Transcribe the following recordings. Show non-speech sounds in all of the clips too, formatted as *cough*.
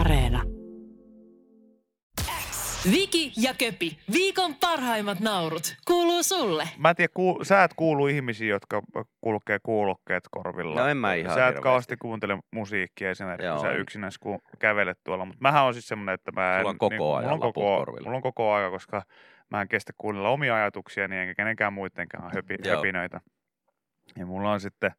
Areena. Viki ja Köpi, viikon parhaimmat naurut, kuuluu sulle. Mä en tiedä, kuul, sä et kuulu ihmisiä, jotka kulkee kuulokkeet korvilla. No en mä ihan Sä et hirveästi. kauheasti kuuntele musiikkia esimerkiksi, kun Joo. sä yksinäs ku, kävelet tuolla. Mutta mähän on siis semmonen, että mä en... niin, Sulla on koko ajan mulla on laput koko, korvilla. mulla on koko ajan, koska mä en kestä kuunnella omia ajatuksia, niin enkä kenenkään muidenkaan höpi, Mm, Joo. höpinöitä. Ja mulla on sitten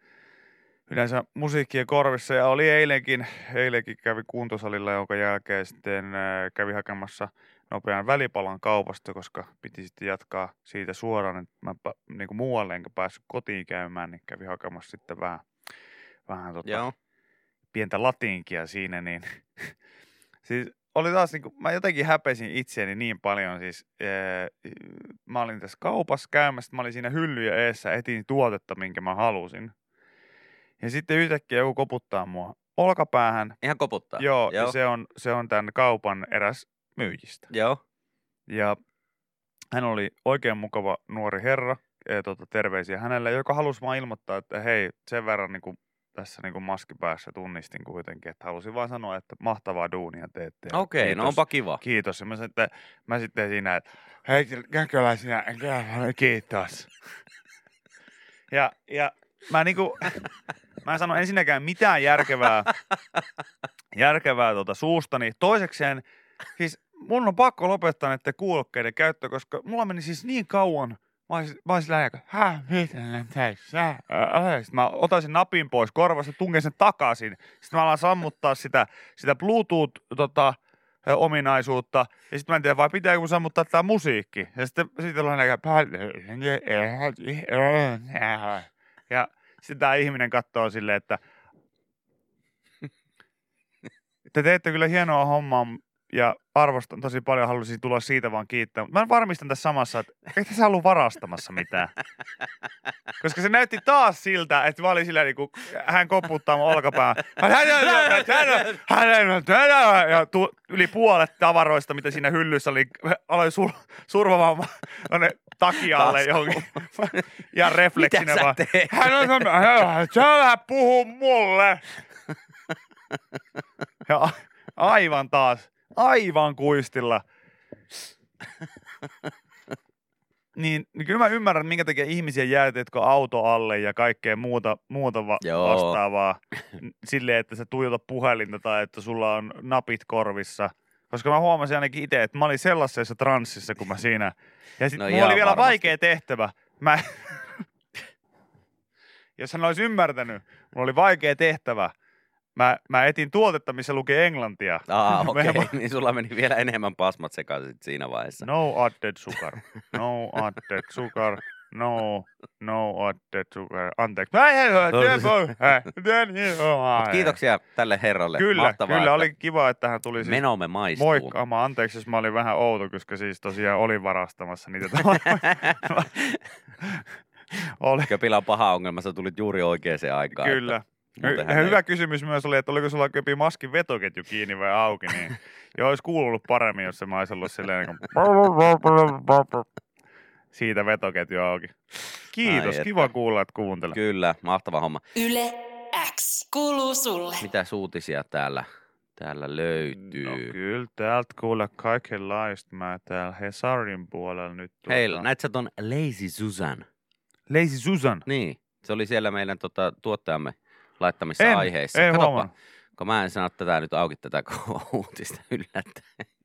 yleensä musiikkia korvissa ja oli eilenkin, eilenkin kävi kuntosalilla, jonka jälkeen sitten äh, kävi hakemassa nopean välipalan kaupasta, koska piti sitten jatkaa siitä suoraan, että mä niin kuin muualle enkä päässyt kotiin käymään, niin kävi hakemassa sitten vähän, vähän tota, Joo. pientä latinkia siinä, niin *laughs* siis oli taas, niin kuin, mä jotenkin häpesin itseäni niin paljon, siis ee, mä olin tässä kaupassa käymässä, mä olin siinä hyllyjä eessä, etin tuotetta, minkä mä halusin. Ja sitten yhtäkkiä joku koputtaa mua olkapäähän, Ihan koputtaa. joo, joo. Joo. ja se on, se on tämän kaupan eräs myyjistä. Joo. Ja hän oli oikein mukava nuori herra, ee, tota, terveisiä hänelle, joka halusi vaan ilmoittaa, että hei, sen verran niin kuin, tässä niin kuin maski päässä tunnistin kuitenkin, että halusin vaan sanoa, että mahtavaa duunia teette. ja Okei, no kiitos. onpa kiva. Kiitos. Ja mä, sitten, mä sitten siinä, että hei, kyllä sinä, kyllä, kiitos. Ja, ja mä niinku, mä en sano ensinnäkään mitään järkevää, järkevää tuota suustani. Toisekseen, siis mun on pakko lopettaa näiden kuulokkeiden käyttö, koska mulla meni siis niin kauan, Mä olisin, mä olisin lähinnä, hä, mitä nää teissä? Ää, ää." Sitten mä otan sen napin pois korvasta, tungen sen takaisin. Sitten mä alan sammuttaa sitä, sitä Bluetooth-tota, ominaisuutta. Ja sitten mä en tiedä, vai pitääkö mun sammuttaa tää musiikki. Ja sitten sit ollaan näkään päälle. Ja sitten tää ihminen katsoo silleen, että te teette kyllä hienoa hommaa ja arvostan tosi paljon, haluaisin tulla siitä vaan kiittää. Mutta mä varmistan tässä samassa, että ei tässä ollut varastamassa mitään. Koska se näytti taas siltä, että mä olin sillä niin kuin, hän koputtaa mun olkapään. Hän- hän- hän- hän- hän- hän- hän- hän- Ja tu, yli puolet tavaroista, mitä siinä hyllyssä oli, aloin sur, survamaan mä- tonne takialle Taskuun. johonkin. Ja refleksinä Mitä sä vaan. teet? Hän on semmoinen, sä puhu mulle. *laughs* Ja a- aivan taas, aivan kuistilla. Niin, niin kyllä mä ymmärrän, minkä takia ihmisiä jäätetkö auto alle ja kaikkea muuta, muuta va- Joo. vastaavaa N- silleen, että sä tuijota puhelinta tai että sulla on napit korvissa. Koska mä huomasin ainakin itse, että mä olin sellaisessa transsissa, kun mä siinä. Ja sit No no mulla ihan oli vielä varmasti. vaikea tehtävä. Mä... Jos hän olisi ymmärtänyt, mulla oli vaikea tehtävä. Mä, mä etin tuotetta, missä lukee englantia. *laughs* Aa, Mä- okei. *laughs* Niin sulla meni vielä enemmän pasmat sekaisin sit siinä vaiheessa. No added sugar. No added sugar. No, no added sugar. Anteeksi. Hei, hei, hei, tee toi. Hei, tee niin. No. Mut kiitoksia tälle herralle. Kyllä, Mahtavaa, kyllä että oli kiva, että hän tuli siis Menomme maistuu. *laughs* moikkaamaan. Anteeksi, jos mä olin vähän outo, koska siis tosiaan olin varastamassa *laughs* niitä. oli. Köpillä on paha ongelma, sä tulit juuri oikeaan aikaan. Kyllä. että muuten Hy- hän ei- Hyvä kysymys myös oli, että oliko sulla köpi maskin vetoketju kiinni vai auki, *laughs* niin jo olisi kuulunut paremmin, jos se mä olisi ollut silleen niin siitä vetoketju auki. Kiitos, Ai kiva kuulla, että kuuntelet. Kyllä, mahtava homma. Yle X, kuuluu sulle. Mitä uutisia täällä, täällä löytyy? No kyllä, täältä kuulee kaikenlaista. Mä täällä Hesarin puolella nyt. tuota- Hei, näit sä ton Lazy Susan? Lazy Susan. Niin, se oli siellä meidän tota, tuottajamme laittamissa En, aiheissa. en Katoppa, huomannut. kun mä en sano tätä nyt auki tätä ko- *laughs* uutista yllättäen.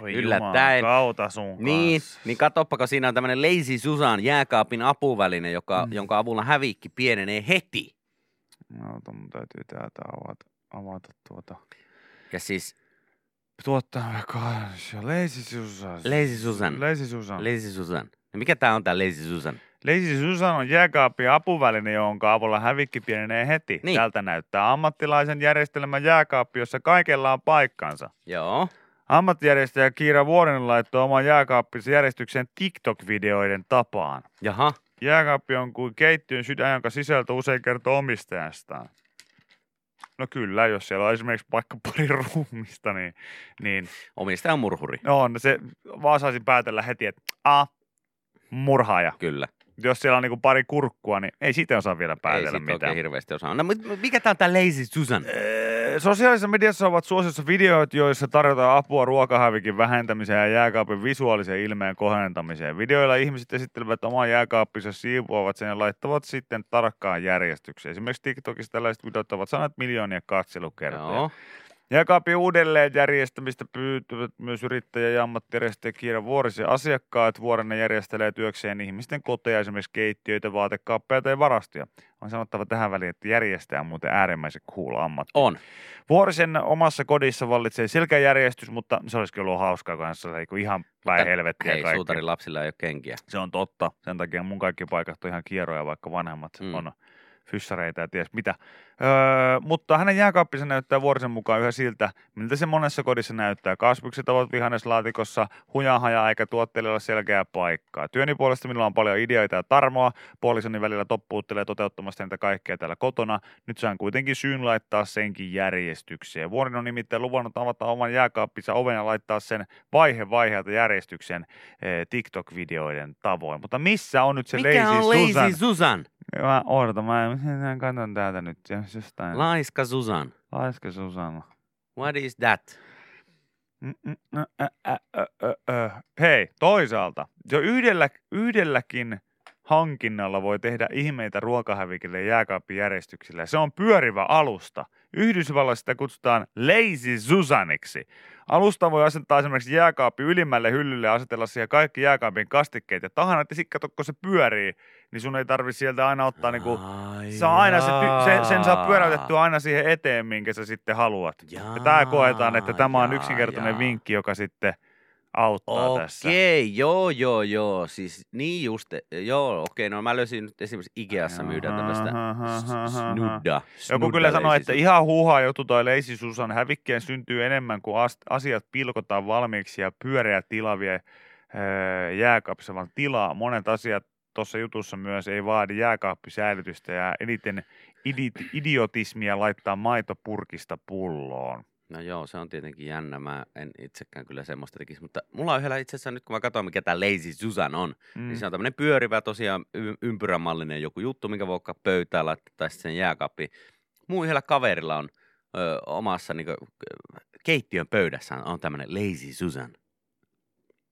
Voi Yllättäen. juman Kautta sun Niin, kanssa. niin katoppa, kun siinä on tämmöinen Lazy Susan jääkaapin apuväline, joka, Mm. jonka avulla häviikki pienenee heti. No, to- mun täytyy täältä avata, avata tuota. Ja siis Tuottaa kanssa. Lazy Susan. Lazy Susan. Lazy Susan. Lazy Susan. No mikä tää on tää Lazy Susan? Leisi Susan on jääkaapin apuväline, jonka avulla hävikki pienenee heti. Niin. Niin. Tältä näyttää ammattilaisen järjestelmän jääkaappi, jossa kaikella on paikkansa. Joo. Ammattijärjestäjä Kiira Vuorinen laittoi oman jääkaappinsa järjestykseen TikTok-videoiden tapaan. Jaha. Jääkaappi on kuin keittiön sydän, jonka sisältö usein kertoo omistajastaan. No kyllä, jos siellä on esimerkiksi vaikka pari ruumista, niin, niin Omistaja on murhuri. on, se vaan saisin päätellä heti, että a, murhaaja. Kyllä. Jos siellä on niinku pari kurkkua, niin ei siitä osaa vielä Ei päätellä siitä mitään. oikein hirveästi osaa. No, mutta mikä tää on tää Lazy Susan? Öö, Sosiaalisessa mediassa ovat suosiossa videoit, joissa tarjotaan apua ruokahävikin vähentämiseen ja jääkaapin visuaalisen ilmeen kohdentamiseen. Videoilla ihmiset esittelevät omaa jääkaappinsa, siivoavat sen ja laittavat sitten tarkkaan järjestykseen. Esimerkiksi TikTokissa tällaiset videot ovat saaneet miljoonia katselukertoja. Joo. Jääkaapin uudelleen järjestämistä pyytävät myös yrittäjä ja ammattijärjestöjä Kiira Vuoris ja asiakkaat. Vuorinen järjestelee työkseen ihmisten koteja, esimerkiksi keittiöitä, vaatekaappeja tai varastoja. On sanottava tähän väliin, että järjestäjä on muuten äärimmäisen cool ammatti. On. Vuorisen omassa kodissa vallitsee selkeä järjestys, mutta se olisi kyllä ollut hauskaa kanssa, se oli ihan päin helvettiä Hei, kaikki. suutarin lapsilla ei ole kenkiä. Se on totta. Sen takia mun kaikki paikat on ihan kieroja, vaikka vanhemmat Mm. mm. on fyssareita ja ties mitä. Öö, mutta hänen jääkaappinsa näyttää vuorisen mukaan yhä siltä, miltä se monessa kodissa näyttää. Kasvikset ovat vihanneslaatikossa, hujahaja eikä tuotteilla selkeää paikkaa. Työni puolesta minulla on paljon ideoita ja tarmoa. Puolisoni välillä toppuuttelee toteuttamasta niitä kaikkea täällä kotona. Nyt saan kuitenkin syyn laittaa senkin järjestykseen. Vuorin on nimittäin luvannut avata oman jääkaappinsa oven ja laittaa sen vaihe vaiheelta järjestykseen eh, TikTok-videoiden tavoin. Mutta missä on nyt se mikä Lazy on Lazy Susan? Susan? Susan? Mä odotan, mä en, mä katson täältä nyt jos jostain. La- Laiska Susan. Laiska Susanna. What is that? Mm, mm, ä, ä, ä, ä, ä. Hei, toisaalta jo yhdellä, yhdelläkin hankinnalla voi tehdä ihmeitä ruokahävikille ja jääkaappijärjestyksillä. Se on pyörivä alusta. Yhdysvalloissa sitä kutsutaan Lazy Susaniksi. Alusta voi asentaa esimerkiksi jääkaappi ylimmälle hyllylle ja asetella siihen kaikki jääkaapin kastikkeet ja tahan, että sitten kato, kun se pyörii, niin sun ei tarvi sieltä aina ottaa niinku, Ai se on aina se, ty- se, sen saa jaa. pyöräytettyä aina siihen eteen, minkä sä sitten haluat. Jaa, Ja tämä koetaan, että tämä on yksinkertainen jaa. vinkki, joka sitten auttaa tässä. Okei, joo, joo, joo. Siis niin just, joo, okei. No mä löysin nyt esimerkiksi Ikeassa myydään tämmöistä s- siis. snudda. Joku snudda kyllä sanoi, Lazy että Susan. ihan huuhaa jotu tai Lazy Susan hävikkeen syntyy enemmän, kuin asiat pilkotaan valmiiksi ja pyöreä tila vie öö, jääkaappisavan tilaa. Monet asiat tuossa jutussa myös ei vaadi jääkaappisäilytystä ja eniten idi- idiotismia laittaa maitopurkista pulloon. No joo, se on tietenkin jännä. Mä en itsekään kyllä semmoista tekisi, mutta mulla on yhdellä itse asiassa nyt kun mä katson, mikä tämä Lazy Susan on, Mm. Niin se on tämmöinen pyörivä tosiaan y- ympyrämallinen joku juttu, minkä voi ottaa pöytään laittaa tai sitten sen jääkaappiin. Muun yhdellä kaverilla on ö, omassa niin kuin, keittiön pöydässä on tämmöinen Lazy Susan.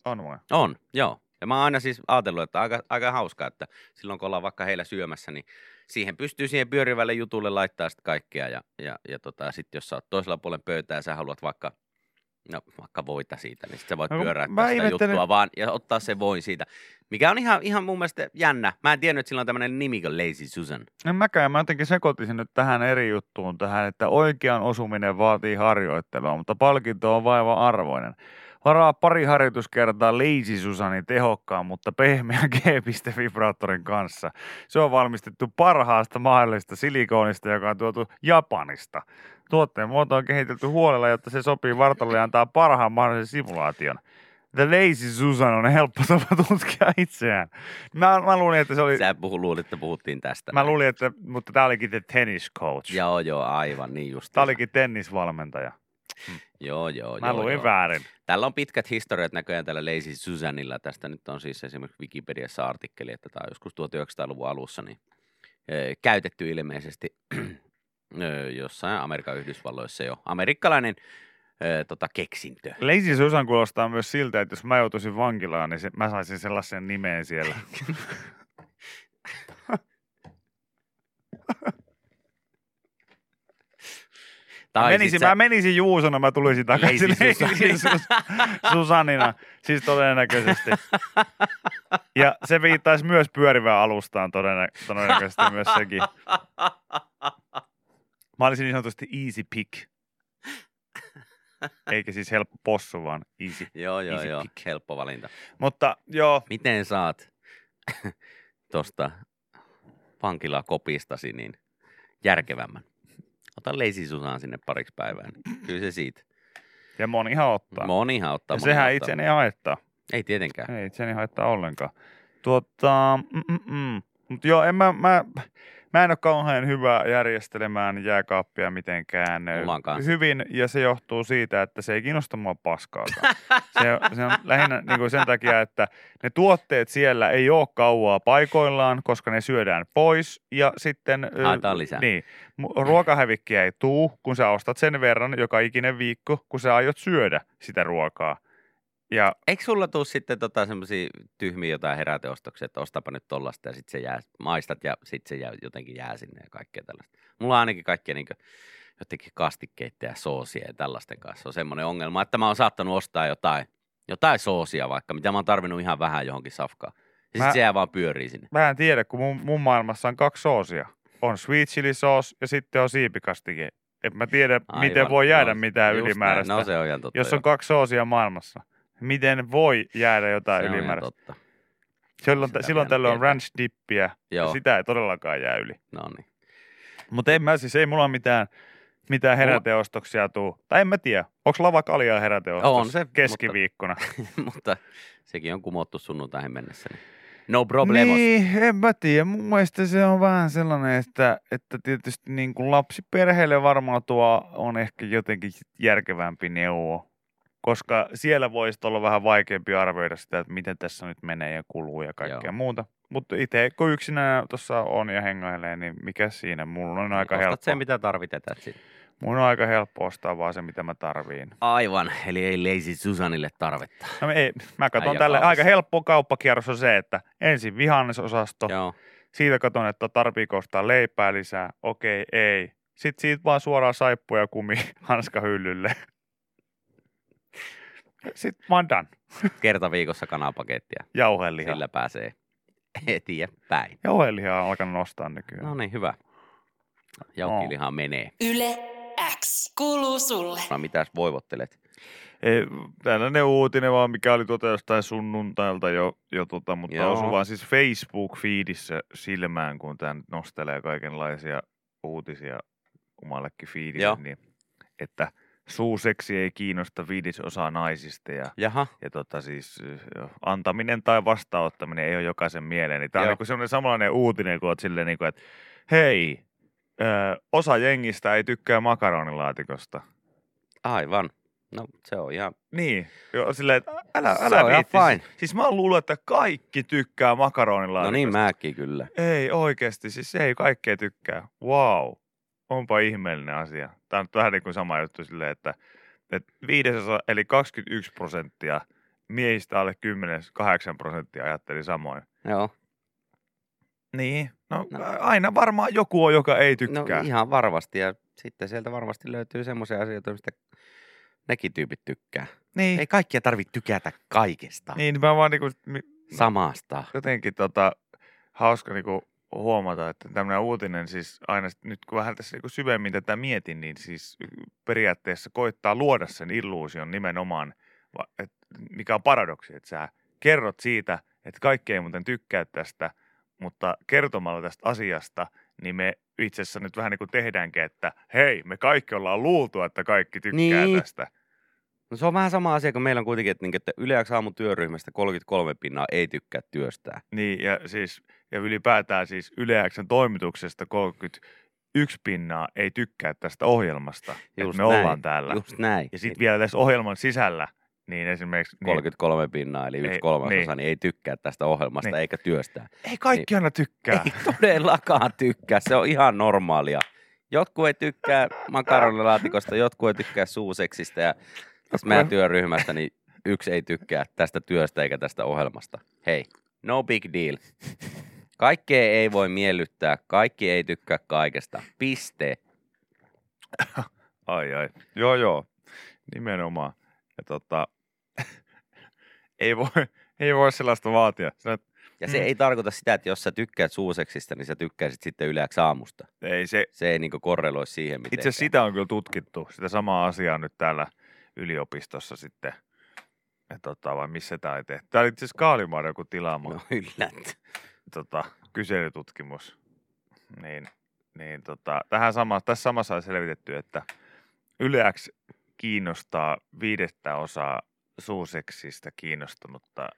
On vai? On, joo. Ja mä oon aina siis ajatellut, että aika, aika hauskaa, että silloin kun ollaan vaikka heillä syömässä, niin siihen pystyy siihen pyörivälle jutulle laittaa sitten kaikkea. Ja, ja, ja tota, sitten jos sä oot toisella puolen pöytää ja sä haluat vaikka, no, vaikka voita siitä, niin sit sä voit No, kun pyöräyttää mä sitä ihmettelen- juttua vaan ja ottaa se voin siitä. Mikä on ihan, ihan mun mielestä jännä. Mä en tiennyt, että sillä on tämmöinen nimi kuin Lazy Susan. En mäkään, mä jotenkin sekoitin nyt tähän eri juttuun tähän, että oikean osuminen vaatii harjoittelua, mutta palkinto on vaivan arvoinen. Varaa pari harjoituskertaa Lazy Susanin tehokkaan, mutta pehmeän *laughs* G-vibraattorin kanssa. Se on valmistettu parhaasta mahdollisesta silikoonista, joka on tuotu Japanista. Tuotteen muoto on kehitelty huolella, jotta se sopii vartalolle ja antaa parhaan mahdollisen simulaation. The Lazy Susan on helppo tapa *laughs* tutkia itseään. Mä, mä luulin, että se oli... Sä puhu, luulit, että puhuttiin tästä. Mä luulin, että, mutta tää olikin the tennis coach. Joo, joo, aivan, niin just. Tää olikin tennisvalmentaja. Joo, joo, Mä joo, luin joo. väärin. Tällä on pitkät historiat näköjään tällä Lazy Susanilla. Tästä nyt on siis esimerkiksi Wikipediassa artikkeli, että tämä on joskus 1900-luvun alussa niin, ö, käytetty ilmeisesti ö, jossain Amerikan Yhdysvalloissa jo. Amerikkalainen ö, tota, keksintö. Lazy Susan kuulostaa myös siltä, että jos mä joutuisin vankilaan, niin se, mä saisin sellaisen nimen *laughs* siellä. Mä sit menisin, sä- mä menisin Juusona, mä tulisin takaisin Lazy Lazy Susanina. Sus- Susanina. Siis todennäköisesti. Ja se viittaisi myös pyörivään alustaan todennä- todennäköisesti myös sekin. Mä olisin niin sanotusti easy pick. Eikä siis helppo possu, vaan easy. *laughs* Joo, joo, Easy joo. pick. Helppo valinta. Mutta joo, Miten saat *laughs* tuosta vankilakopistasi niin järkevämmän? Ota Lazy Susan sinne pariksi päivään. Kyllä se siitä. ja monihan ottaa. Monihan ottaa. Mm. ja monihan sehän ottaa. itseni ei haittaa. Ei tietenkään. mm, Ei itseni haittaa ollenkaan. Tuota, mutta joo, en mä, mä, Mä en ole kauhean hyvä järjestelemään jääkaappia mitenkään ö, Mulla on kanssa. hyvin, ja se johtuu siitä, että se ei kiinnosta mua paskaakaan. se, se on lähinnä niin kuin sen takia, että ne tuotteet siellä ei ole kauaa paikoillaan, koska ne syödään pois, ja sitten... ö, Haetaan lisää. Niin. Mu- Ruokahävikkiä ei tuu, kun sä ostat sen verran joka ikinen viikko, kun sä aiot syödä sitä ruokaa. Ja Eikö sulla tuu sitten tota semmosia tyhmiä jotain heräteostoksia, että ostapa nyt tollasta ja sitten se jää, maistat ja sitten se jää, jotenkin jää sinne ja kaikkea tällaista. Mulla on ainakin kaikkea niin jotenkin kastikkeita ja soosia ja tällaisten kanssa on semmoinen ongelma, että mä oon saattanut ostaa jotain, jotain soosia vaikka, mitä mä oon tarvinnut ihan vähän johonkin safkaan. Ja Mä- sitten se jää vaan pyörii sinne. Mä en tiedä, kun mun, mun maailmassa on kaksi soosia. On sweet chili sauce ja sitten on siipikastike. En mä tiedä, Aivan, miten Aivan, voi jäädä joo, mitään just näin. ylimääräistä. No se on ihan totta. jos joo. on kaksi soosia maailmassa, miten voi jäädä jotain Se on ihan ylimääräistä? totta. Silloin, Sitä silloin mä en tällöin on tiedä. ranch dippiä, ja Joo, sitä ei todellakaan jää yli. no niin. *laughs* Mutta en mä siis, ei mulla mitään, mitään Mulla- heräteostoksia tuu. Tai en mä tiedä, onko lava kaljaa heräteostos On se, keskiviikkona? mutta sekin on kumottu sunnuntaihin mennessä. Niin. No problemos. Niin, en mä tiedä. Mun mielestä se on vähän sellainen, että, että tietysti niin kuin lapsiperheelle varmaan tuo on ehkä jotenkin järkevämpi neuvo. Koska siellä voisi olla vähän vaikeampi arvioida sitä, että miten tässä nyt menee ja kuluu ja kaikkea Joo. Joo. muuta. Mutta itse kun yksinään tuossa on ja hengailee, niin mikä siinä? Mulla on aika Ostat helppo. sen, mitä tarvitetaan sitten. Mun on aika helppo ostaa vaan se, mitä mä tarviin. Aivan, eli ei leisi Susanille tarvetta. No, ei, mä katson Äijä tälle. kaupassa. Aika helppo kauppakierros on se, että ensin vihannesosasto, Joo, Siitä katson, että tarviiko ostaa leipää lisää. Okei, ei. Sitten siitä vaan suoraan saippua ja kumi *laughs* hanskahyllylle. Sitten vaan done. kerta viikossa kanapakettia. Jauheliha. Sillä pääsee eteenpäin. Jauhelihaa on alkanut nostaa nykyään. No niin, hyvä. Jaukiliha Oh. menee. Yle X kuuluu sulle. No, mitäs voivottelet? Ei, tällainen uutinen vaan, mikä oli tuota jostain sunnuntailta jo, jo tota, mutta Joo. osui vaan siis Facebook-fiidissä silmään, kun tämä nyt nostelee kaikenlaisia uutisia omallekin Joo. fiidille, niin, että suuseksi ei kiinnosta viidesosaa naisista ja, Jaha, ja tota siis ö, antaminen tai vastaanottaminen ei ole jokaisen mieleen. Niin tämä on Joo. niinku semmoinen samanlainen uutinen, kun oot silleen, niinku, että hei, ö, osa jengistä ei tykkää makaronilaatikosta. aivan. No se on ihan, Niin, joo, silleen, että älä, Se älä on ihan viittis. fine. Siis mä oon luullut, että kaikki tykkää makaronilla. no niin mäkin kyllä. Ei oikeasti, siis ei kaikkea tykkää. Wow, onpa ihmeellinen asia. Tämä on nyt vähän niin kuin sama juttu silleen, että, että viidesosa, eli 21 prosenttia miehistä alle 10-8 prosenttia ajatteli samoin. Joo, Niin, no, No. aina varmaan joku on, joka ei no tykkää. ihan varmasti. Ja sitten sieltä varmasti löytyy semmoisia asioita, mistä nekin tyypit tykkää. niin, Ei kaikkia tarvitse tykätä kaikesta. niin, mä vaan niin kuin, Samasta. jotenkin tota, hauska niinku huomata, että tämmöinen uutinen siis aina, sit- nyt kun vähän tässä niinku syvemmin tätä mietin, niin siis periaatteessa koittaa luoda sen illuusion nimenomaan, va- et, mikä on paradoksi, että sä kerrot siitä, että kaikki ei muuten tykkää tästä, mutta kertomalla tästä asiasta, niin me itse asiassa nyt vähän niin kuin tehdäänkin, että hei, me kaikki ollaan luultu, että kaikki tykkää Niin. tästä. No se on vähän sama asia, kun meillä on kuitenkin, että, niinku, että Yle X aamun työryhmästä 33 pinnaa ei tykkää työstään. Niin, ja siis ja ylipäätään siis Yle X:n toimituksesta 31 pinnaa ei tykkää tästä ohjelmasta, Just että me näin, ollaan täällä. Just näin. Ja sitten vielä tässä ohjelman sisällä, niin esimerkiksi... Niin. 33 pinnaa, eli yksi Ei, kolmasosa, niin. niin ei tykkää tästä ohjelmasta Niin. eikä työstään. Niin, ei kaikki aina tykkää. Ei todellakaan tykkää, se on ihan normaalia. Jotkut ei tykkää makaronilaatikosta, jotkut ei tykkää suuseksistä ja tässä meidän työryhmästä, niin yksi ei tykkää tästä työstä eikä tästä ohjelmasta. Hei, no big deal. Kaikkea ei voi miellyttää, kaikki ei tykkää kaikesta. Piste. Ai ai. Joo joo, nimenomaan. Ja tota, ei voi, ei voi sellaista vaatia. Sä, Ja se Mm. ei tarkoita sitä, että jos sä tykkäät suuseksista, niin sä tykkäisit sitten yleensä aamusta. ei se, Se ei niinku korreloi siihen mitenkään. itse asiassa sitä on kyllä tutkittu, sitä samaa asiaa nyt täällä yliopistossa sitten. Ja tota, vai missä tämä ei tehty? Tämä oli itse asiassa Kaalimaan joku tilaama. No *laughs* yllät. tota, kyselytutkimus, niin, niin tota, tähän sama, tässä samassa on selvitetty, että Yle X kiinnostaa viidettä osaa suuseksistä kiinnostunutta,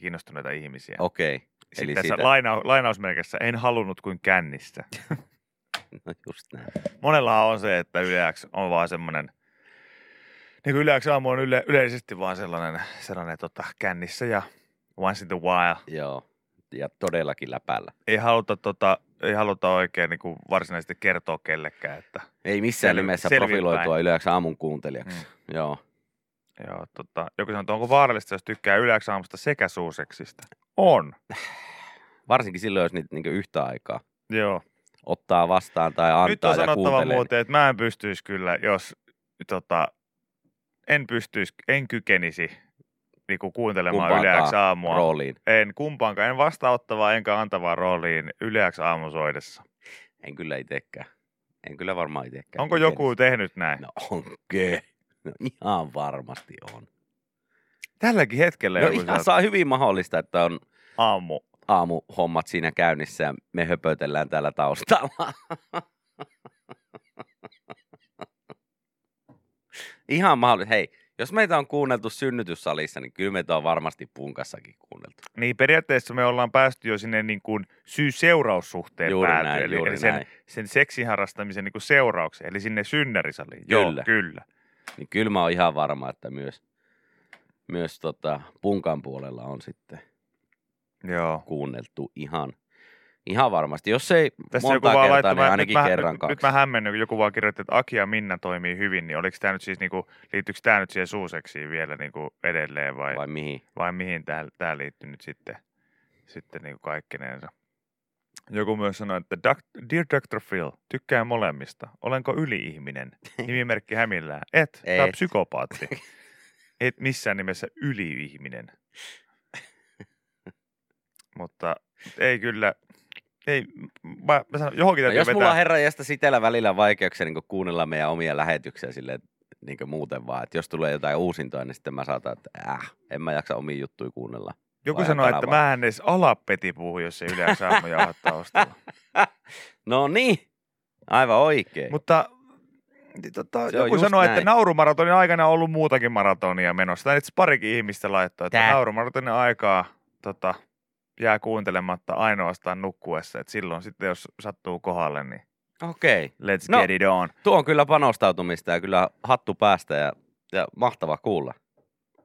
kiinnostuneita ihmisiä. Okei. Eli Eli tässä siitä- laina, lainausmerkissä en halunnut kuin kännistä. No just näin. Monellahan on se, että Yle X on vaan semmoinen, niin kuin Yle X aamu on yle, yleisesti vaan sellainen, sellainen tota, kännissä ja once in a while. Joo. Ja todellakin läpällä. Ei haluta, tota, ei haluta oikein niin kuin varsinaisesti kertoa kellekään, että Ei missään Sel- nimessä selvinpäin. profiloitua yleensä aamun kuuntelijaksi. Joo. joo, tota, joku sanoo, että onko vaarallista, jos tykkää Yle X aamusta sekä suuseksistä. On. Varsinkin silloin, jos niitä niinku yhtä aikaa Joo. ottaa vastaan tai Nyt antaa on ja sanottava kuuntelee. muuten, että mä en pystyisi kyllä, jos tota, en pystyisi, en kykenisi niin kuin kuuntelemaan Yle Kumpaakaan X aamua. rooliin. En kumpaankaan, en vastaanottavaa enkä antavaa rooliin yleäksi aamusoidessa. En kyllä itekään. En kyllä varmaan itekään. Onko joku tehnyt näin? No onke. No ihan varmasti on. Tälläkin hetkellä No joku ihan saa... saa hyvin mahdollista, että on aamu. aamuhommat siinä käynnissä ja me höpötellään täällä taustalla. Ihan mahdollista. Hei, jos meitä on kuunneltu synnytyssalissa, niin kyllä meitä on varmasti punkassakin kuunneltu. Niin periaatteessa me ollaan päästy jo sinne niin kuin syy-seuraussuhteen Juuri päätyyn, näin, eli, juuri eli sen, näin. sen seksiharrastamisen niin kuin seuraukseen, eli sinne synnärisaliin. Kyllä. Joo, kyllä. Niin kyllä mä oon ihan varma, että myös, myös tota, punkan puolella on sitten Joo. kuunneltu ihan, ihan varmasti. Jos ei Tässä monta joku vaan kertaa, laittoi, niin mä, ainakin nyt, mä, kerran nyt, kaksi. nyt mä hämmennyn, kun joku vaan kirjoitti, että Aki ja Minna toimii hyvin, niin oliko tämä nyt siis, niin kuin, liittyykö tämä nyt siihen suuseksiin vielä niin kuin edelleen vai? Vai mihin? vai mihin tämä liittyy nyt sitten, sitten niin kaikkinensa. Joku myös sanoi, että Duck- Dear Dr. Phil, tykkään molemmista. Olenko *laughs* yli-ihminen? Nimimerkki Hämillään. Et, tai Et. psykopaatti. Et missään nimessä *laughs* yli-ihminen. Mutta ei kyllä, ei, mä, mä sanon, johonkin No, täytyy jos vetää. mulla on herra jästä sitellä välillä vaikeuksia niin kuunnella meidän omia lähetyksiä sille niin muuten vaan, että jos tulee jotain uusintoa, niin sitten mä saatan, että äh, en mä jaksa omia juttuja kuunnella. Joku Vai sanoi, että kanavaa. mä en edes alapeti puhu, jos ei yleensä aamuja ole *laughs* taustalla. no niin, aivan oikein. Mut, Mutta niin tota, Se on joku just sanoi, näin. että naurumaratonin aikana on ollut muutakin maratonia menossa. Tai itse parikin ihmistä laittoi, että Tää. naurumaratonin aikaa tota, jää kuuntelematta ainoastaan nukkuessa. Et silloin sitten, jos sattuu kohdalle, niin Okei, let's No. get it on. tuo on kyllä panostautumista ja kyllä hattu päästä ja, ja mahtava kuulla.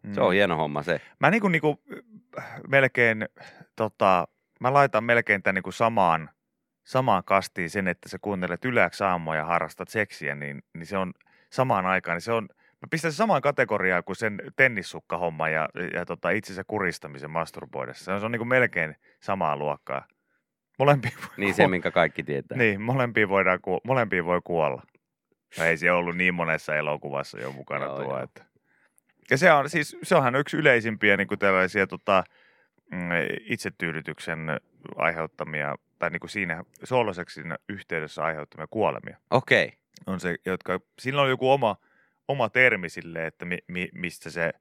Mm. Se on hieno homma se. Mä niinku, niinku, äh, melkein, tota, mä laitan melkein tämän niinku samaan, samaan kastiin sen, että sä kuuntelet yläksi aamua ja harrastat seksiä, niin, niin se on samaan aikaan, niin se on, mä pistän sen samaan kategoriaan kuin sen tennissukkahomma ja, ja tota, itsensä kuristamisen masturboidessa. Se on, se on niinku melkein samaa luokkaa. Molempiin voi kuolla. Niin se, minkä kaikki tietää. niin, molempiin, voidaan kuo- molempiin voi kuolla. No ei se ollut niin monessa elokuvassa jo mukana Joo, joo, tuo. joo. Joo. Että. Ja se on, siis, se onhan yksi yleisimpiä niin kuin tällaisia tota, mm, itsetyydytyksen aiheuttamia, tai niin kuin siinä sooloseksin yhteydessä aiheuttamia kuolemia. Okei, On se, jotka, sillä on joku oma, oma termi sille, että mi, mi, mistä se,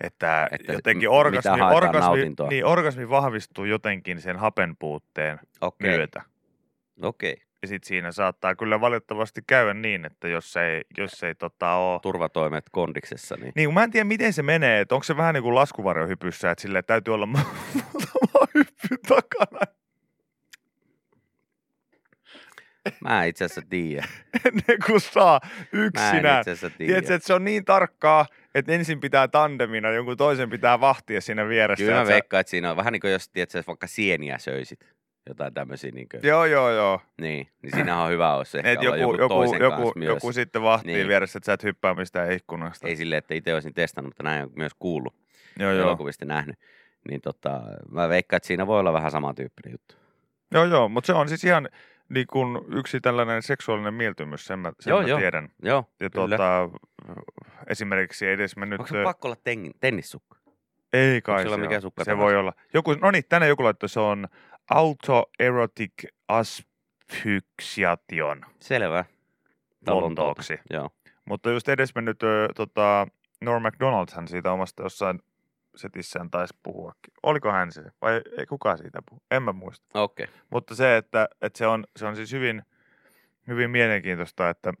että, Että että se- jotenkin m- mitä orgasmi, haetaan orgasmi, nautintoa. niin, orgasmi vahvistuu jotenkin sen hapen puutteen okei, myötä. okei. Ja sit siinä saattaa kyllä valitettavasti käydä niin, että jos ei, jos ei tota oo... Turvatoimet kondiksessa, niin Niin kun mä en tiedä, miten se menee, että onko se vähän niin kuin laskuvarjohypyssä, että sille täytyy olla mu- *laughs* muutama hyppy takana mä en itse asiassa tiedä. ennen kuin saa Mä en yksinään. itse asiassa tiedä. Tiedätkö, että se on niin tarkkaa, että ensin pitää tandemina, jonkun toisen pitää vahtia siinä vieressä. Kyllä mä että sä- veikkaan, että siinä on vähän niin kuin jos tiedät, sä vaikka sieniä söisit. Jotain tämmöisiä. Niin, kuin, Joo, joo, joo. niin, niin siinähän on hyvä olisi ehkä Et olla joku, joku, toisen joku, kanssa joku, myös. joku sitten vahtii Niin. niin. vieressä, että sä et hyppää mistään ikkunasta. Ei silleen, että itse olisin testannut, mutta näin on myös kuullut. joo, Joo. joo. Elokuvista nähnyt. Niin tota, mä veikkaan, että siinä voi olla vähän samantyyppinen juttu. Joo, joo, mutta se on siis ihan niin kuin yksi tällainen seksuaalinen mieltymys, sen mä, sen Joo, joo, mä joo. joo. tiedän. Joo, Ja kyllä. tuota, esimerkiksi edes me nyt... Onko se pakko olla ten, tennissukka? ei onko kai siellä se, mikä on. sukka se tahansa? voi olla. Joku, no niin, tänne joku laittoi, se on autoerotic asphyxiation Selvä. Tää on Lontoota. lontooksi. Joo. Mutta just edesmennyt ö, tota, Norm MacDonaldhan siitä omasta jossain setissään taisi puhuakin. Oliko hän se? Vai ei kuka siitä puhu? En mä muista. Okei. Okay. Mutta se, että, että se, on, se on siis hyvin, hyvin mielenkiintoista, että,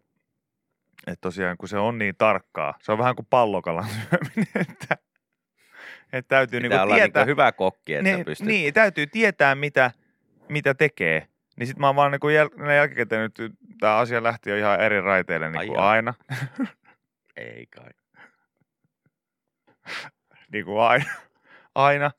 *laughs* että tosiaan kun se on niin tarkkaa, se on vähän kuin pallokalan syöminen, että, Että täytyy Pitää niinku olla tietää. niinku hyvä kokki, että niin, pystyy. niin, täytyy tietää, mitä, mitä tekee. Niin sit mä oon vaan niinku jäl- näin jälkikäteen nyt tää asia lähti jo ihan eri raiteille niinku jaa. *laughs* aina. Ei kai. Niinku aina. *laughs* aina.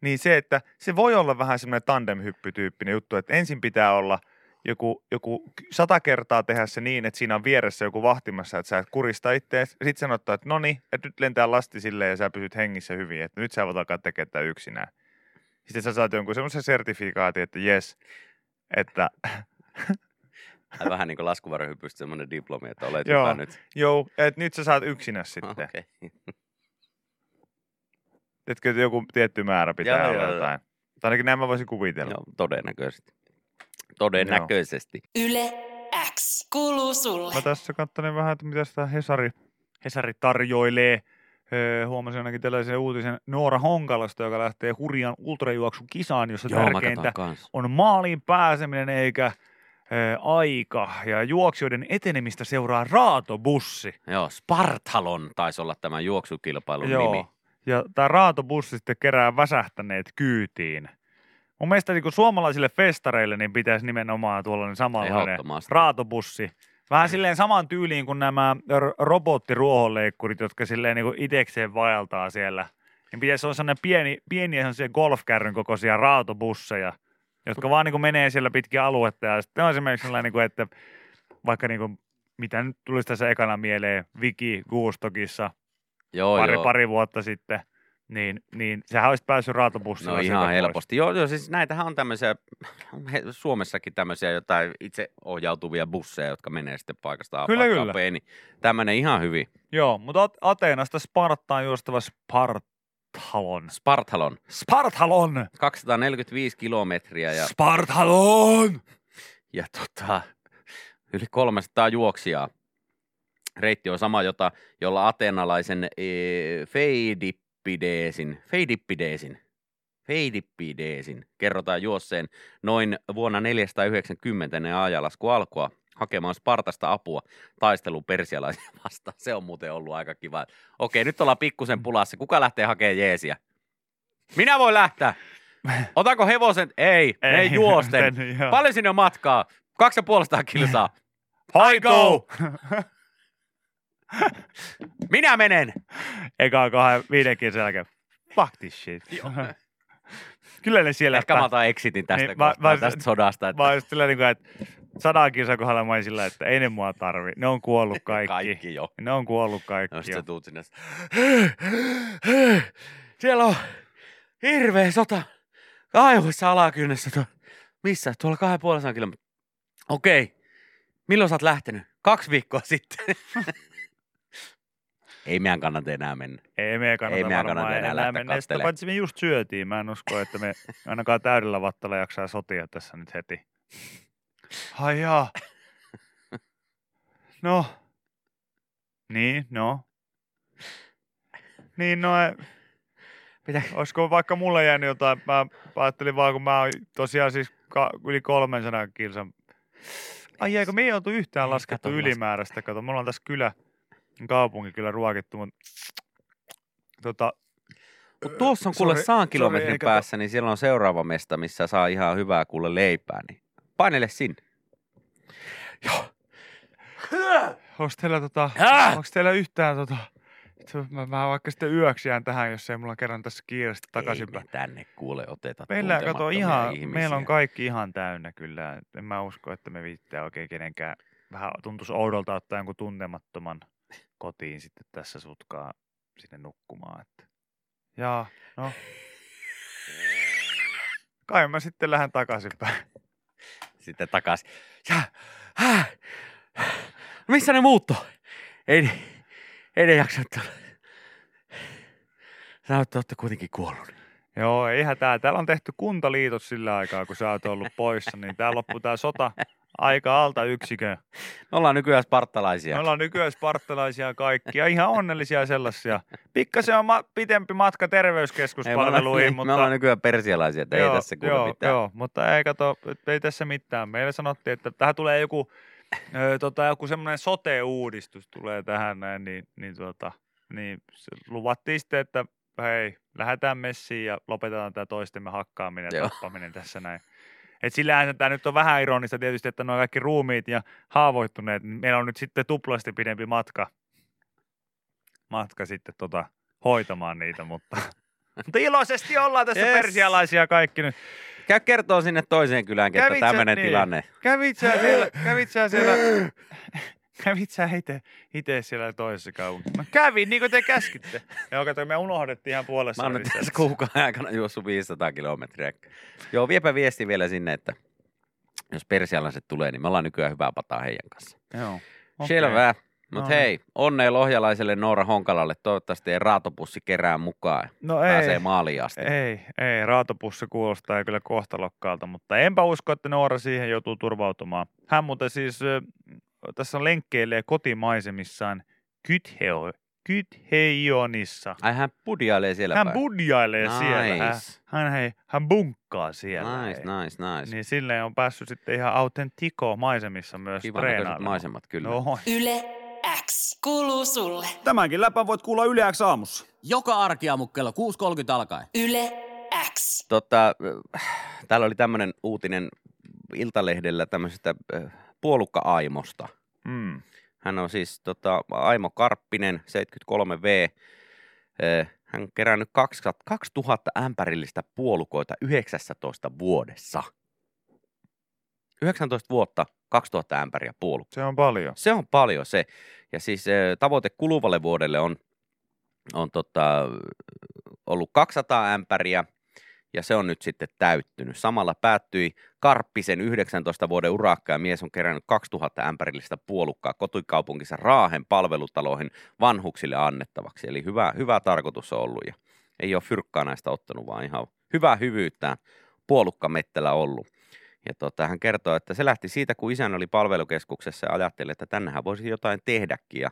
Niin se, että se voi olla vähän semmoinen tandemhyppytyyppinen juttu, että ensin pitää olla joku, joku sata kertaa tehdä se niin, että siinä on vieressä joku vahtimassa, että sä et kurista ittees. Sitten sanottaa, että no niin, että nyt lentää lasti silleen ja sä pysyt hengissä hyvin, että nyt sä voit alkaa tekemään tätä yksinään. Sitten sä saat jonkun semmoisen sertifikaatin, että jes, että *laughs* Ai Vähän niin kuin laskuvarjohypystä semmoinen diplomi, että olet Joo. hyvä nyt. Joo, et nyt sä saat yksinä sitten. Okay. Okay. Etkö joku tietty määrä pitää Joo, olla joo, joo. jotain? Tai ainakin näin mä voisin kuvitella. Joo, todennäköisesti. Todennäköisesti. Yle X. Kuuluu sulle. Mä tässä katsoin vähän, että mitä sitä Hesari, Hesari tarjoilee. Öö, huomasin ainakin tällaisen uutisen Noora Honkalasta, joka lähtee hurjan ultrajuoksukisaan, jossa Joo, mä tärkeintä katson kans. on maaliin pääseminen eikä ö, aika. Ja juoksijoiden etenemistä seuraa raatobussi. Joo, Spartalon taisi olla tämän juoksukilpailun nimi. Ja tämä raatobussi sitten kerää väsähtäneet kyytiin. Mun mielestä niin suomalaisille festareille niin pitäisi nimenomaan tuollainen samanlainen Ehdottomasti. raatobussi. Vähän silleen saman tyyliin kuin nämä r- robottiruohonleikkurit, jotka silleen niin itekseen vaeltaa siellä. Niin pitäisi olla sellainen pieni, pieniä sellaisia golfkärryn kokoisia raatobusseja, jotka vaan niin menee siellä pitkin aluetta. Ja sitten on esimerkiksi sellainen, niin kuin, että vaikka niin kuin, mitä nyt tulisi tässä ekana mieleen, Viki Guustokissa Joo, pari, joo. No pari vuotta sitten, niin, niin sehän olisi päässyt raatobussilla. No sieltä ihan pois. helposti. Joo, joo, siis näitähän on tämmöisiä, on he- Suomessakin tämmöisiä jotain itse ohjautuvia busseja, jotka menee sitten paikasta A Kyllä, paikkaan kyllä. B, niin tämmöinen ihan hyvin. Joo, mutta At- Ateenasta Spartaan juostava Spartalon. Spartalon, Spartalon! 245 kilometriä ja, Spartalon! ja *laughs* tota, yli 300 juoksijaa. Reitti on sama, jota, jolla ateenalaisen e, Feidippideesin, Feidippideesin, Feidippideesin kerrotaan juosseen noin vuonna 490 ennen ajalasku alkua hakemaan Spartasta apua taisteluun persialaisia *laughs* vastaan. Se on muuten ollut aika kiva. Okei, nyt ollaan pikkusen pulassa. Kuka lähtee hakemaan jeesiä? Minä voi lähteä. Otako hevosen? Ei, ei, ei *laughs* juosten. joo. Paljon sinne on matkaa? 250 kilsaa. Hoitoon! Minä menen. *laughs* Eka kahden viiden kilsan jälkeen. Fuck this shit. *laughs* Kyllä ne siellä... Ehkä mä otan exitin tästä, Niin, niin, mä- kohtaa, mä- tästä sodasta. *laughs* Että Mä oon just sillä niin kuin, että sadan kilsan kohdalla mä oon sillä, että ei ne mua tarvi. Ne on kuollut kaikki. *laughs* kaikki jo. Ne on kuollut kaikki. No sit jo. sä tuut sinne. Siellä on hirveä sota. Aivoissa alakynnessä. Tuo. Missä? Tuolla kahden puolessa kilometrin. Okei. Milloin sä oot lähtenyt? Kaksi viikkoa sitten. *laughs* Ei meidän kannata enää mennä. Ei meidän kannata Ei meidän varmaan kannata enää lähteä mennä. Sitä kattelemaan. paitsi me just syötiin. Mä en usko, että *laughs* me ainakaan täydellä vattalla jaksaa sotia tässä nyt heti. Ai *laughs* jaa. No. Niin, no. Niin, no. ei- Mitä? Olisiko vaikka mulle jäänyt jotain? Mä ajattelin vaan, kun mä oon tosiaan siis ka- yli 300 kilsan. Ai jäikö, me ei oltu yhtään Ei, laskettu kato, las- ylimääräistä. Kato, me ollaan tässä kylä, kaupunki kyllä ruokittu, mutta tota, Mut tuossa on kuule Sori, saan sori, kilometrin ei kato. päässä, niin siellä on seuraava mesta, missä saa ihan hyvää kuule leipää. Niin painele sinne. Joo. onks teillä, tota, Ah! onks teillä yhtään tota, tu- mä, mä vaikka sitten yöksi jään tähän, jos ei mulla kerran tässä kiireesti Ei takaisinpäin. me tänne kuule oteta Meillä kato tuntemattomia ihan, ihmisiä. meillä on kaikki ihan täynnä kyllä. En mä usko, että me viittää oikein kenenkään. Vähän tuntuisi oudolta ottaa jonkun tuntemattoman kotiin sitten tässä sutkaa sinne nukkumaan. Että. Jaa, no. Kai mä sitten lähden takaisinpäin. *laughs* Sitten takaisin. Ja, häh, missä ne muutto? Ei, ne- ei ne jaksanut tulla. Sanoit, että olette kuitenkin kuollut. Joo, ei hätää. Täällä on tehty kuntaliitot sillä aikaa, kun sä oot ollut poissa, niin tää loppuu tää sota aika alta yksikön. Me ollaan nykyään spartalaisia. Me ollaan nykyään spartalaisia kaikkia, ihan onnellisia sellaisia. Pikkasen on ma- pitempi matka terveyskeskuspalveluihin, me mutta... ollaan nykyään persialaisia, että ei tässä kuule joo, mitään. Joo, mutta ei kato, ei tässä mitään. Meillä sanottiin, että tähän tulee joku, ö, tota, joku semmoinen sote-uudistus tulee tähän näin, niin, niin, tota, niin se luvattiin sitten, että hei, lähdetään messiin ja lopetetaan tämä toistemme hakkaaminen ja Joo. tappaminen tässä näin. Et sillähän tämä nyt on vähän ironista tietysti, että nuo kaikki ruumiit ja haavoittuneet, niin meillä on nyt sitten tuplasti pidempi matka, matka sitten tota, hoitamaan niitä, mutta, *laughs* mutta iloisesti ollaan tässä yes. Yes. persialaisia kaikki nyt. Käy kertoo sinne toiseen kyläänkin, että Kävitsä tämmöinen niin? tilanne. Kävit sä *laughs* siellä, kävit sä siellä, *laughs* kävit sä ite, ite siellä toisessa kaupungissa? Mä kävin, niin kuin te käskitte. Joo, kato, me unohdettiin ihan puolessa. Mä oon nyt välissä. tässä kuukauden aikana juossut 500 kilometriä. Joo, viepä viesti vielä sinne, että jos persialaiset tulee, niin me ollaan nykyään hyvää pataa heidän kanssa. Joo. Okay. Selvä. Mut No niin. hei, onnea lohjalaiselle Noora Honkalalle. Toivottavasti ei raatopussi kerää mukaan. No Ei. ei, Pääsee maaliin asti. ei, ei, raatopussi kuulostaa kyllä kohtalokkaalta, mutta enpä usko, että Noora siihen joutuu turvautumaan. Hän muuten siis ö, tässä lenkkeilee kotimaisemissaan Kytheo, Kytheionissa. Ai hän pudjailee siellä Hän päin. budjailee nice. siellä. Hän, hän, hei, hän bunkkaa siellä. Nice, hei. nice, nice. Niin silleen on päässyt sitten ihan autentiko maisemissa myös Kivan näköiset treenailemaan. maisemat kyllä. No, on. Yle X kuuluu sulle. Tämänkin läpän voit kuulla yleäksi aamussa. Joka arkiaamu kello 6.30 alkaen. Yle X. Tota, äh, täällä oli tämmöinen uutinen Iltalehdellä tämmöisestä äh, puolukka-aimosta. Mm. Hän on siis tota, Aimo Karppinen, 73V. Ö, Hän on kerännyt 200 2000 ämpärillistä puolukoita 19 vuodessa. 19 vuotta, 2000 ämpäriä puolukkaa. Se on paljon. Se on paljon se. Ja siis ö, tavoite kuluvalle vuodelle on, on tota, ollut 200 ämpäriä, ja se on nyt sitten täyttynyt. Samalla päättyi Karppisen 19 vuoden urakka, ja mies on kerännyt 2000 ämpärillistä puolukkaa kotikaupunkinsa Raahen palvelutaloihin vanhuksille annettavaksi. Eli hyvä, hyvä tarkoitus on ollut, ja ei ole fyrkkaa näistä ottanut, vaan ihan hyvää hyvyyttään puolukkamettellä ollut. Ja tota, hän kertoo, että se lähti siitä, kun isän oli palvelukeskuksessa ja ajatteli, että tännehän voisi jotain tehdäkin. Ja,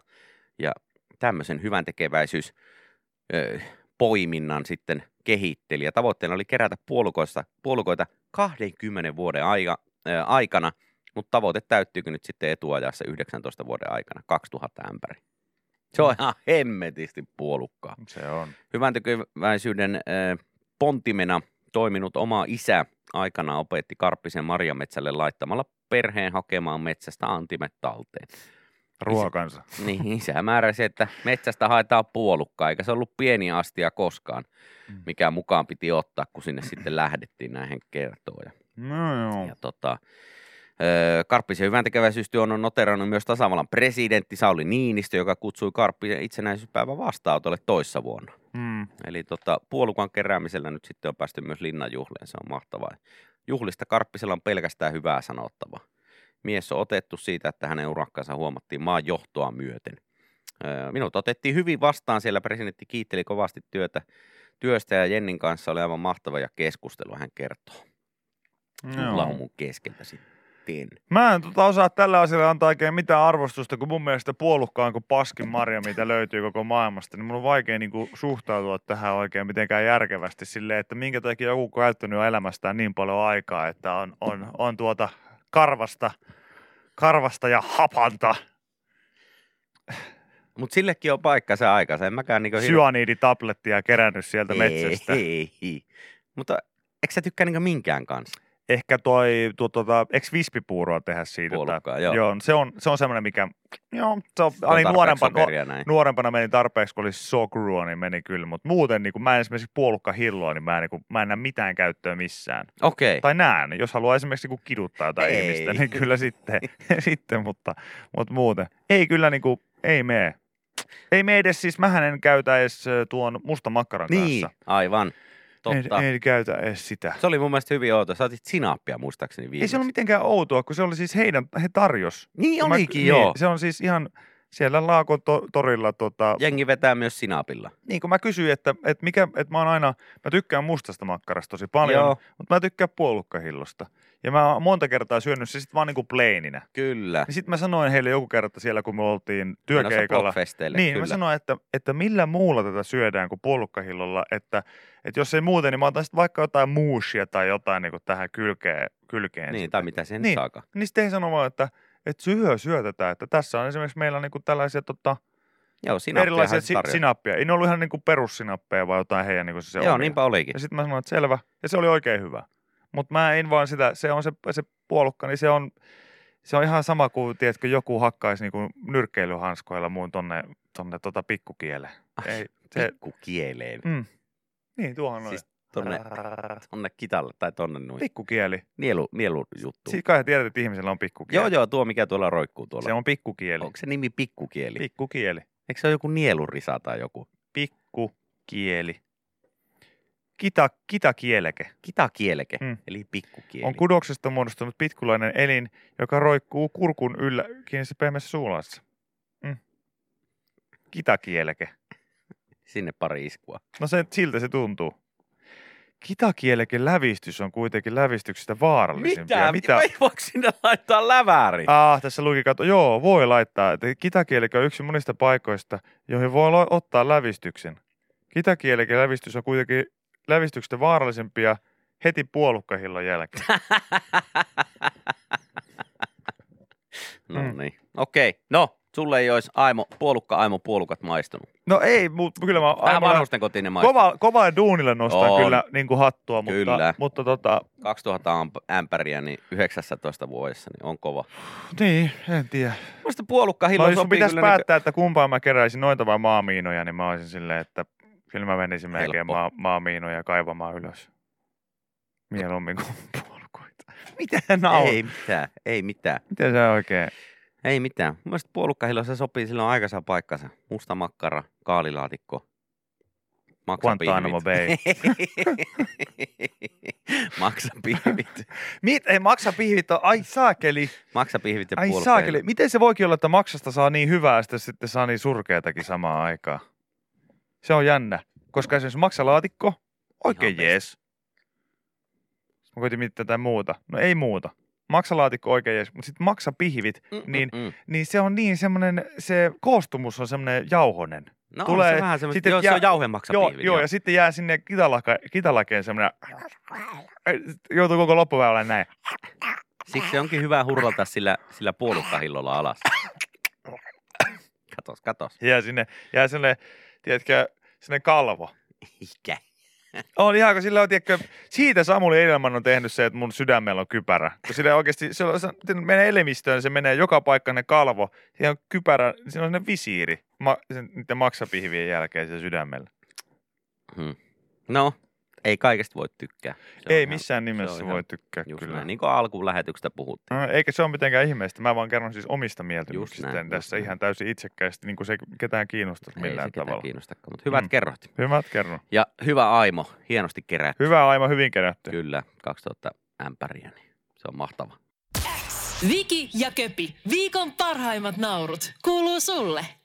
ja tämmöisen hyvän tekeväisyys ö, poiminnan sitten kehitteli. Ja tavoitteena oli kerätä puolukoista, puolukoita 20 vuoden aika, ö, aikana, mutta tavoite täyttyykö nyt sitten etuajassa 19 vuoden aikana, 2000 ämpäri. Se on ihan hemmetisti puolukkaa Se on. hyvän tekeväisyyden ö, pontimena toiminut oma isä aikana opetti Karppisen marjametsälle laittamalla perheen hakemaan metsästä antimet talteen. Ruokansa. Niin isä määräsi, että metsästä haetaan puolukkaa, eikä se ollut pieni astia koskaan, Mm. mikä mukaan piti ottaa, kun sinne sitten lähdettiin näihin kertoon. Ja No joo. ja tota, ö, Karppisen hyvän tekeväisyystyön on noterannut myös tasavallan presidentti Sauli Niinistö, joka kutsui Karppisen itsenäisyyspäivän vastaanotolle toissa vuonna. Mm. Eli tota, puolukan keräämisellä nyt sitten on päästy myös linnanjuhleen, se on mahtavaa. Juhlista Karppisella on pelkästään hyvää sanottavaa. Mies on otettu siitä, että hänen urakkansa huomattiin maan johtoa myöten. Öö, Minut otettiin hyvin vastaan, siellä presidentti kiitteli kovasti työtä, työstä ja Jennin kanssa oli aivan mahtava ja keskustelu, hän kertoo. Tulla on Joo. mun keskeltä sitten. Mä en tota osaa tällä asialla antaa oikein mitään arvostusta, kun mun mielestä puolukka on kuin paskin marja, mitä löytyy koko maailmasta, niin mun on vaikea niinku suhtautua tähän oikein mitenkään järkevästi silleen, että minkä takia joku on käyttänyt elämästään niin paljon aikaa, että on, on, on tuota karvasta, karvasta ja hapanta Mutta sillekin on paikkansa aikansa, en mäkään niinku hirveä- syaniiditablettia kerännyt sieltä metsästä. Ei, ei. Mutta eikö sä tykkää niinku minkään kanssa? Ehkä toi, tuo, tuota, eikö vispipuuroa tehdä siitä? että- Puolukkaa, joo. joo. se on, se on semmoinen, mikä, joo, se on, On ainakin tarpeeksi nuorempana, sokeria näin. nuorempana meni tarpeeksi, kun oli sokrua, niin meni kyllä. Mutta muuten, niin kun mä en esimerkiksi puolukka hilloa, niin mä en, niin kun, mä en näe mitään käyttöä missään. Okei. Tai näen, jos haluaa esimerkiksi niin kiduttaa jotain Ei. ihmistä, niin kyllä sitten, *laughs* sitten mutta, mutta muuten. Ei kyllä, niin kuin, ei mene. Ei me edes, siis mähän en käytä edes ö, tuon mustan makkaran Niin, kanssa. aivan. Totta. En, en käytä edes sitä. Se oli mun mielestä hyvin outo. Sä otit sinappia muistaakseni viimeksi. Ei se ollut mitenkään outoa, kun se oli siis heidän, he tarjos. Niin Kun mä- olikin, niin, joo. Se on siis ihan siellä Laakon to- torilla tota, Jengi vetää myös sinapilla. niin kuin mä kysyin, että, että, mikä, että mä oon aina, mä tykkään mustasta makkarasta tosi paljon, Joo. Joo. mutta mä tykkään puolukkahillosta. Ja mä oon monta kertaa syönyt se sitten vaan niinku plaininä. Kyllä. Niin sitten mä sanoin heille joku kerta siellä, kun me oltiin työkeikalla. Niin, Niin, kyllä. mä sanoin, että, että millä muulla tätä syödään kuin puolukkahillolla, että, että jos ei muuten, niin mä otan sitten vaikka jotain muushia tai jotain niin kuin tähän kylkeen. kylkeen niin, sitten. tai mitä sen Niin. niin. saakaan. niin sitten he sanovat, että, että syö syö tätä, että tässä on esimerkiksi meillä niinku tällaisia tota, Joo, sinappiahan erilaisia se si- tarjoaa. sinappia. Ei ne ollut ihan niinku perussinappeja vai jotain heidän niinku se Joo, omia. niinpä olikin. Ja sitten mä sanoin, että selvä. Ja se oli oikein hyvä. Mutta mä en vaan sitä, se on se, se puolukka, niin se on, se on ihan sama kuin, tiedätkö, joku hakkaisi niinku nyrkkeilyhanskoilla muun tonne, tonne tota pikkukieleen. Ah, Ei, se, Pikku kieleen. mm. Niin, tuohon on. niin. Siis tonne, tonne kitalle tai tonne noin. Pikkukieli. Nielu, nielu juttu. Siis kai sä tiedät, että ihmisellä on pikkukieli. Joo, joo, tuo mikä tuolla roikkuu tuolla. Se on pikkukieli. Onko se nimi pikkukieli? Pikkukieli. Eikö se ole joku nielurisa tai joku? Pikkukieli. Kita, kitakieleke. Kitakieleke, Mm. eli pikkukieli. On kudoksesta muodostunut pitkulainen elin, joka roikkuu kurkun yllä kiinnissä pehmeässä suulassa. Mm. Kitakieleke. Sinne pari iskua. No se, siltä se tuntuu. Kitakieleke lävistys on kuitenkin lävistyksestä vaarallisempia. Ei voiko sinne laittaa lävääri? Ah, tässä luki kato. Joo, voi laittaa. että Kitakielike on yksi monista paikoista, joihin voi lo- ottaa lävistyksen. Kitakielike lävistys on kuitenkin lävistyksestä vaarallisempia heti puolukkahillon jälkeen. *laughs* No Mm. niin. Okei, no. Sulle ei olisi Aimo, puolukka Aimo puolukat maistunut. No ei, mutta kyllä mä Vähän aivan- vanhusten kotiin ne maistunut. Kova, kovaa duunilla nostan On. kyllä niin kuin hattua, mutta, Kyllä. mutta tota, 2000 amp- ämpäriä, niin 19 vuodessa, niin on kova. niin, en tiedä. Muista puolukka No, hilloin jos mun sopii pitäisi kyllä niinku- päättää, että kumpaa mä keräisin, noita vai maamiinoja, niin mä olisin silleen, että kyllä mä menisin melkein Helppo. maa, maamiinoja kaivamaan ylös. Mieluummin kuin *laughs* puolukoita. Mitä naura? Ei mitään, ei mitään, Miten sä oikein? ei mitään. Mun mielestä puolukkahillo se sopii silloin aikansa paikkansa. Musta makkara, kaalilaatikko, Guantanamo maksapihvit. Bay. *laughs* maksapihvit. Mit, ei maksa pihvit on, ai saakeli, Maksapihvit ja ai saakeli. puolukkahillo. Miten se voikin olla, että maksasta saa niin hyvää, ja sitten- sitten saa niin surkeatakin samaan aikaan? Se on jännä, koska esimerkiksi maksalaatikko, oikein Ihan jees. Mä koitin miettiä jotain muuta. No ei muuta. Maksalaatikko oikein jees, mutta sitten maksapihvit, Mm, niin mm, mm. niin se on niin semmoinen, se koostumus on semmoinen jauhonen. No tulee- on se vähän semmoista, sitten joo, se jää- on jauhe maksapihvi. Joo, joo, ja sitten jää sinne kitalaka, kitalakeen semmoinen, joutuu koko loppuväylän näin. Siksi se onkin hyvä hurrata sillä, sillä puolukkahillolla alas. Katos, katos. Jää sinne, jää sinne, tiedätkö, sinne kalvo. Ikä. On ihan, kun sillä on, tiedätkö, siitä Samuli Edelman on tehnyt se, että mun sydämellä on kypärä. Kun sillä oikeasti, se, on, se menee elimistöön, se menee joka paikkaan ne kalvo. Siinä on kypärä, siinä on ne visiiri ma, sen, niiden maksapihvien jälkeen se sydämellä. Hmm. No, ei kaikesta voi tykkää. Se on Ei ihan- missään se nimessä on voi ihan- tykkää Just kyllä. näin, niin kuin alkulähetyksestä puhuttiin. No, eikä se ole mitenkään ihmeistä. Mä vaan kerron siis omista mieltymyksistä Just näin, tässä just näin. ihan täysin itsekkäästi, niin kuin se ketään kiinnostaisi Ei millään se ketään tavalla. kiinnostakaan, mutta hyvät Mm. mm. kerrot. Hyvä, että kerron. Ja hyvä Aimo, hienosti kerätty. Hyvä Aima, hyvin kerätty. Kyllä, 2000 ämpäriä, niin se on mahtava. Viki ja Köpi, viikon parhaimmat naurut, kuuluu sulle.